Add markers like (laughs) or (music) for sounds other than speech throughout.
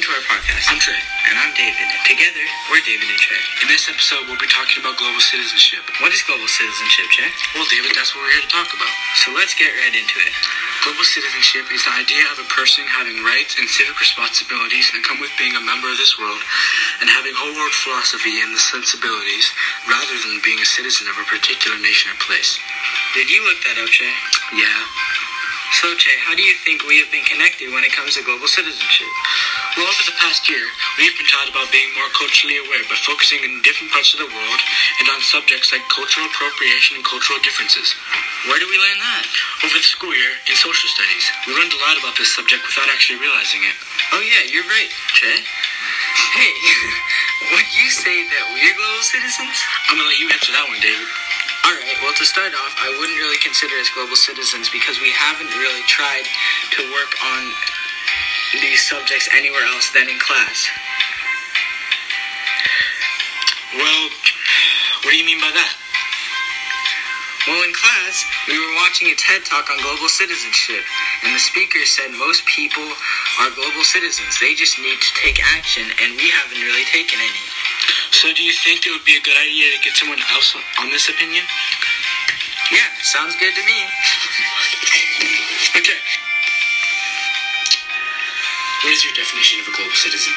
Trey Podcast. I'm Trey. And I'm David. Together, we're David and Trey. In this episode, we'll be talking about global citizenship. What is global citizenship, Trey? Well, David, that's what we're here to talk about. So let's get right into it. Global citizenship is the idea of a person having rights and civic responsibilities that come with being a member of this world and having whole world philosophy and the sensibilities rather than being a citizen of a particular nation or place. Did you look that up, Trey? Yeah. So, Trey, how do you think we have been connected when it comes to global citizenship? Well, over the past year, we have been taught about being more culturally aware by focusing in different parts of the world and on subjects like cultural appropriation and cultural differences. Where did we learn that? Over the school year, in social studies, we learned a lot about this subject without actually realizing it. Oh, yeah, you're right, Trey. Hey, (laughs) would you say that we're global citizens? I'm gonna let you answer that one, David. Alright, well, to start off, I wouldn't really consider us global citizens because we haven't really tried to work on these subjects anywhere else than in class. Well, what do you mean by that? Well, in class, we were watching a TED talk on global citizenship, and the speaker said most people are global citizens. They just need to take action, and we haven't really taken any. So, do you think it would be a good idea to get someone else on this opinion? Yeah, sounds good to me. Okay. What is your definition of a global citizen?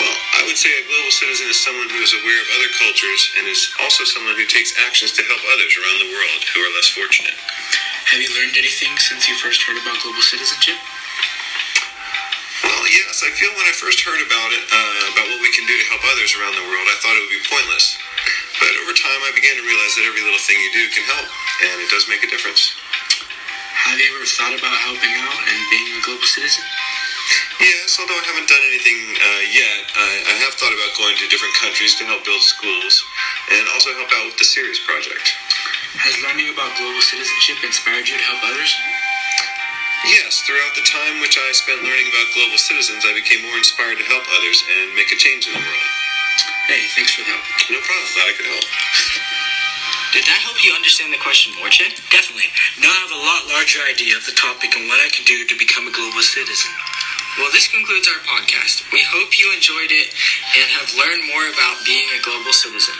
Well, I would say a global citizen is someone who is aware of other cultures and is also someone who takes actions to help others around the world who are less fortunate. Have you learned anything since you first heard about global citizenship? Well, yes, I feel when I first heard about it, uh, about what we can do to help others around the world, I thought it would be pointless. But over time, I began to realize that every little thing you do can help, and it does make a difference. Have you ever thought about helping out and being a global citizen? Yes, although I haven't done anything uh, yet, I, I have thought about going to different countries to help build schools and also help out with the Series project. Has learning about global citizenship inspired you to help others? Yes, throughout the time which I spent learning about global citizens, I became more inspired to help others and make a change in the world. Hey, thanks for the help. No problem, glad I could help. Did that help you understand the question more, Chip? Definitely. Now I have a lot larger idea of the topic and what I can do to become a global citizen. Well, this concludes our podcast. We hope you enjoyed it and have learned more about being a global citizen.